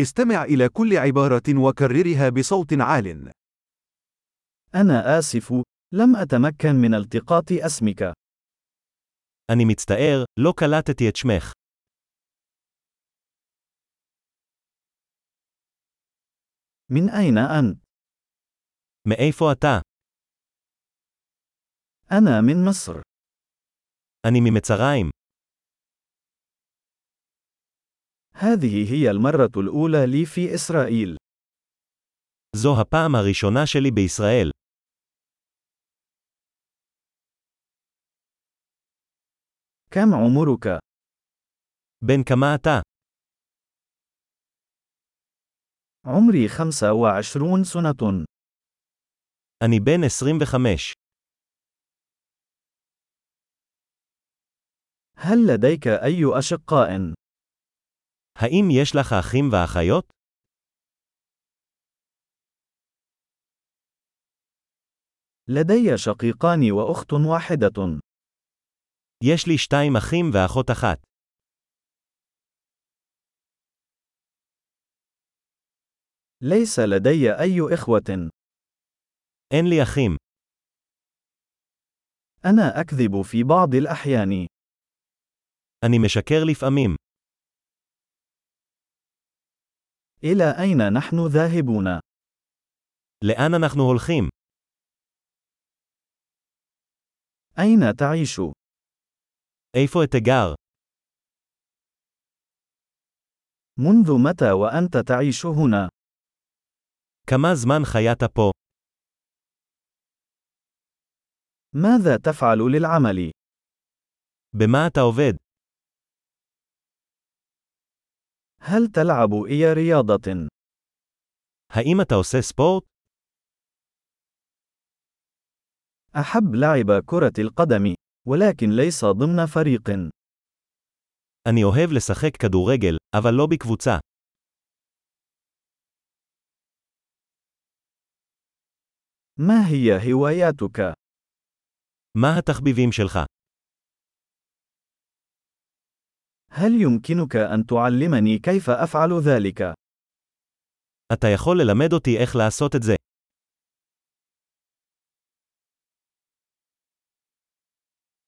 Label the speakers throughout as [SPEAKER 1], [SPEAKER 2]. [SPEAKER 1] استمع إلى كل عبارة وكررها بصوت عال.
[SPEAKER 2] أنا آسف، لم أتمكن من التقاط اسمك.
[SPEAKER 3] אני מצטער, לא קלטתי את שמך.
[SPEAKER 2] من أين أنت؟
[SPEAKER 3] מאיפה אתה?
[SPEAKER 2] أنا من مصر.
[SPEAKER 3] אני ממצרים.
[SPEAKER 2] هذه هي المرة الأولى لي في إسرائيل.
[SPEAKER 3] זו הפעם הראשונה שלי בישראל.
[SPEAKER 2] كم عمرك؟
[SPEAKER 3] בן כמה אתה?
[SPEAKER 2] عمري 25 سنة.
[SPEAKER 3] אני בן 25.
[SPEAKER 2] هل لديك أي أشقاء؟
[SPEAKER 3] האם יש לך אחים ואחיות?
[SPEAKER 2] لدي شقيقان وأخت واحدة.
[SPEAKER 3] יש לי שתיים אחים ואחות אחת.
[SPEAKER 2] ليس لدي أي إخوة.
[SPEAKER 3] אין לי אחים.
[SPEAKER 2] أنا أكذب في بعض الأحيان.
[SPEAKER 3] אני משקר לפעמים.
[SPEAKER 2] إلى أين نحن ذاهبون؟
[SPEAKER 3] לאן אנחנו הולכים?
[SPEAKER 2] أين تعيش؟
[SPEAKER 3] איפה את הגר?
[SPEAKER 2] منذ متى وأنت تعيش هنا؟
[SPEAKER 3] כמה זמן חיית פה?
[SPEAKER 2] ماذا تفعل للعمل؟
[SPEAKER 3] במה אתה עובד?
[SPEAKER 2] هل تلعب أي رياضة؟
[SPEAKER 3] האם אתה עושה ספורט?
[SPEAKER 2] أحب لعب كرة القدم، ولكن ليس ضمن فريق.
[SPEAKER 3] אני אוהב לשחק כדורגל, אבל לא בקבוצה.
[SPEAKER 2] ما هي هواياتك؟
[SPEAKER 3] מה התחביבים שלך?
[SPEAKER 2] هل يمكنك أن تعلمني كيف أفعل ذلك؟
[SPEAKER 3] אתה יכול ללמד אותי איך לעשות את זה.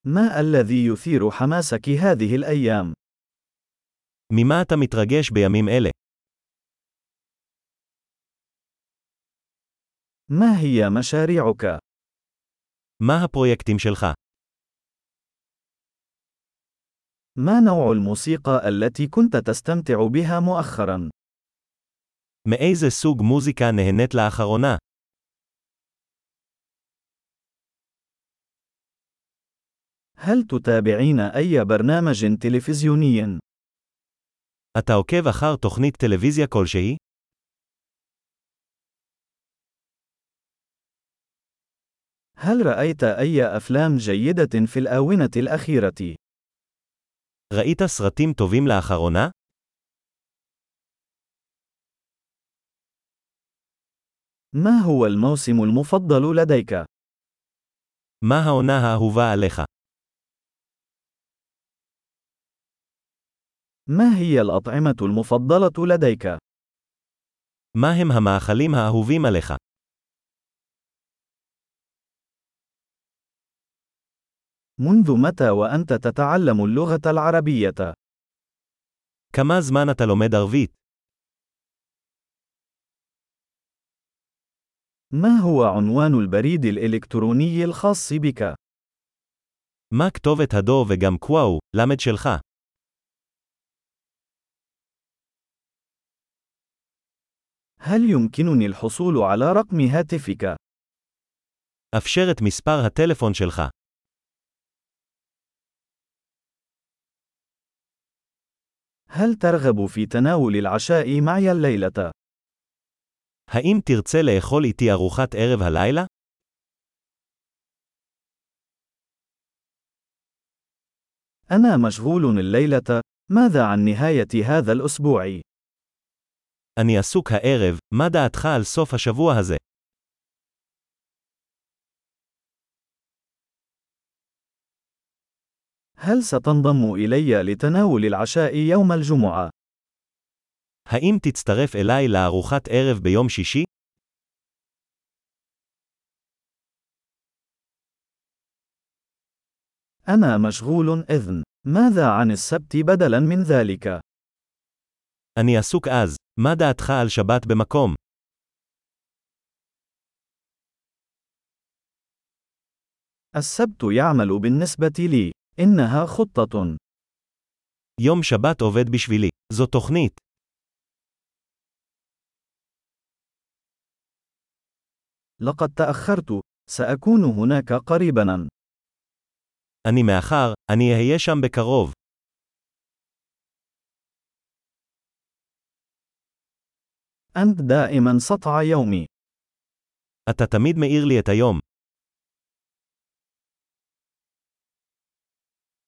[SPEAKER 2] ما الذي يثير حماسك هذه الأيام؟
[SPEAKER 3] ממה אתה מתרגש בימים אלה?
[SPEAKER 2] ما هي مشاريعك؟
[SPEAKER 3] מה הפרויקטים שלך?
[SPEAKER 2] ما نوع الموسيقى التي كنت تستمتع بها مؤخرا؟
[SPEAKER 3] מאיזה סוג מוזיקה נהנית לאחרונה?
[SPEAKER 2] هل تتابعين أي برنامج تلفزيوني؟
[SPEAKER 3] אתה עוקב אחר תוכנית טלוויזיה כלשהי?
[SPEAKER 2] هل رأيت أي أفلام جيدة في الآونة الأخيرة؟
[SPEAKER 3] ראית סרטים טובים לאחרונה?
[SPEAKER 2] ما هو الموسم المفضل لديك؟
[SPEAKER 3] מה העונה האהובה עליך?
[SPEAKER 2] ما هي الأطعمة المفضلة لديك؟
[SPEAKER 3] מה הם המאכלים האהובים עליך?
[SPEAKER 2] منذ متى وأنت تتعلم اللغة العربية؟
[SPEAKER 3] כמה זמן אתה לומד ערבית?
[SPEAKER 2] ما هو عنوان البريد الإلكتروني الخاص بك؟
[SPEAKER 3] מה כתובת הדו וגם קוואו, למד שלך?
[SPEAKER 2] هل يمكنني الحصول على رقم هاتفك؟
[SPEAKER 3] אפשר את מספר הטלפון שלך.
[SPEAKER 2] هل ترغب في تناول العشاء معي الليلة؟
[SPEAKER 3] האם תרצה לאכול איתי ארוחת ערב הלילה?
[SPEAKER 2] أنا مشغول الليلة، ماذا عن نهاية هذا الأسبوع؟
[SPEAKER 3] אני עסוק הערב, מה דעתך על סוף השבוע הזה?
[SPEAKER 2] هل ستنضم إلي لتناول العشاء يوم الجمعة؟
[SPEAKER 3] האם תצטרף אליי לארוחת ערב ביום שישי?
[SPEAKER 2] أنا مشغول إذن. ماذا عن السبت بدلاً من ذلك؟
[SPEAKER 3] אני עסוק אז, מה דעתך על שבת במקום?
[SPEAKER 2] السبت يعمل بالنسبة لي. إنها خطة.
[SPEAKER 3] יום שבת עובד בשבילי. זו תוכנית.
[SPEAKER 2] لقد تأخرت. سأكون هناك قريباً.
[SPEAKER 3] אני מאחר, אני אהיה שם בקרוב.
[SPEAKER 2] أنت دائماً سطع يومي.
[SPEAKER 3] אתה תמיד מאיר לי את היום.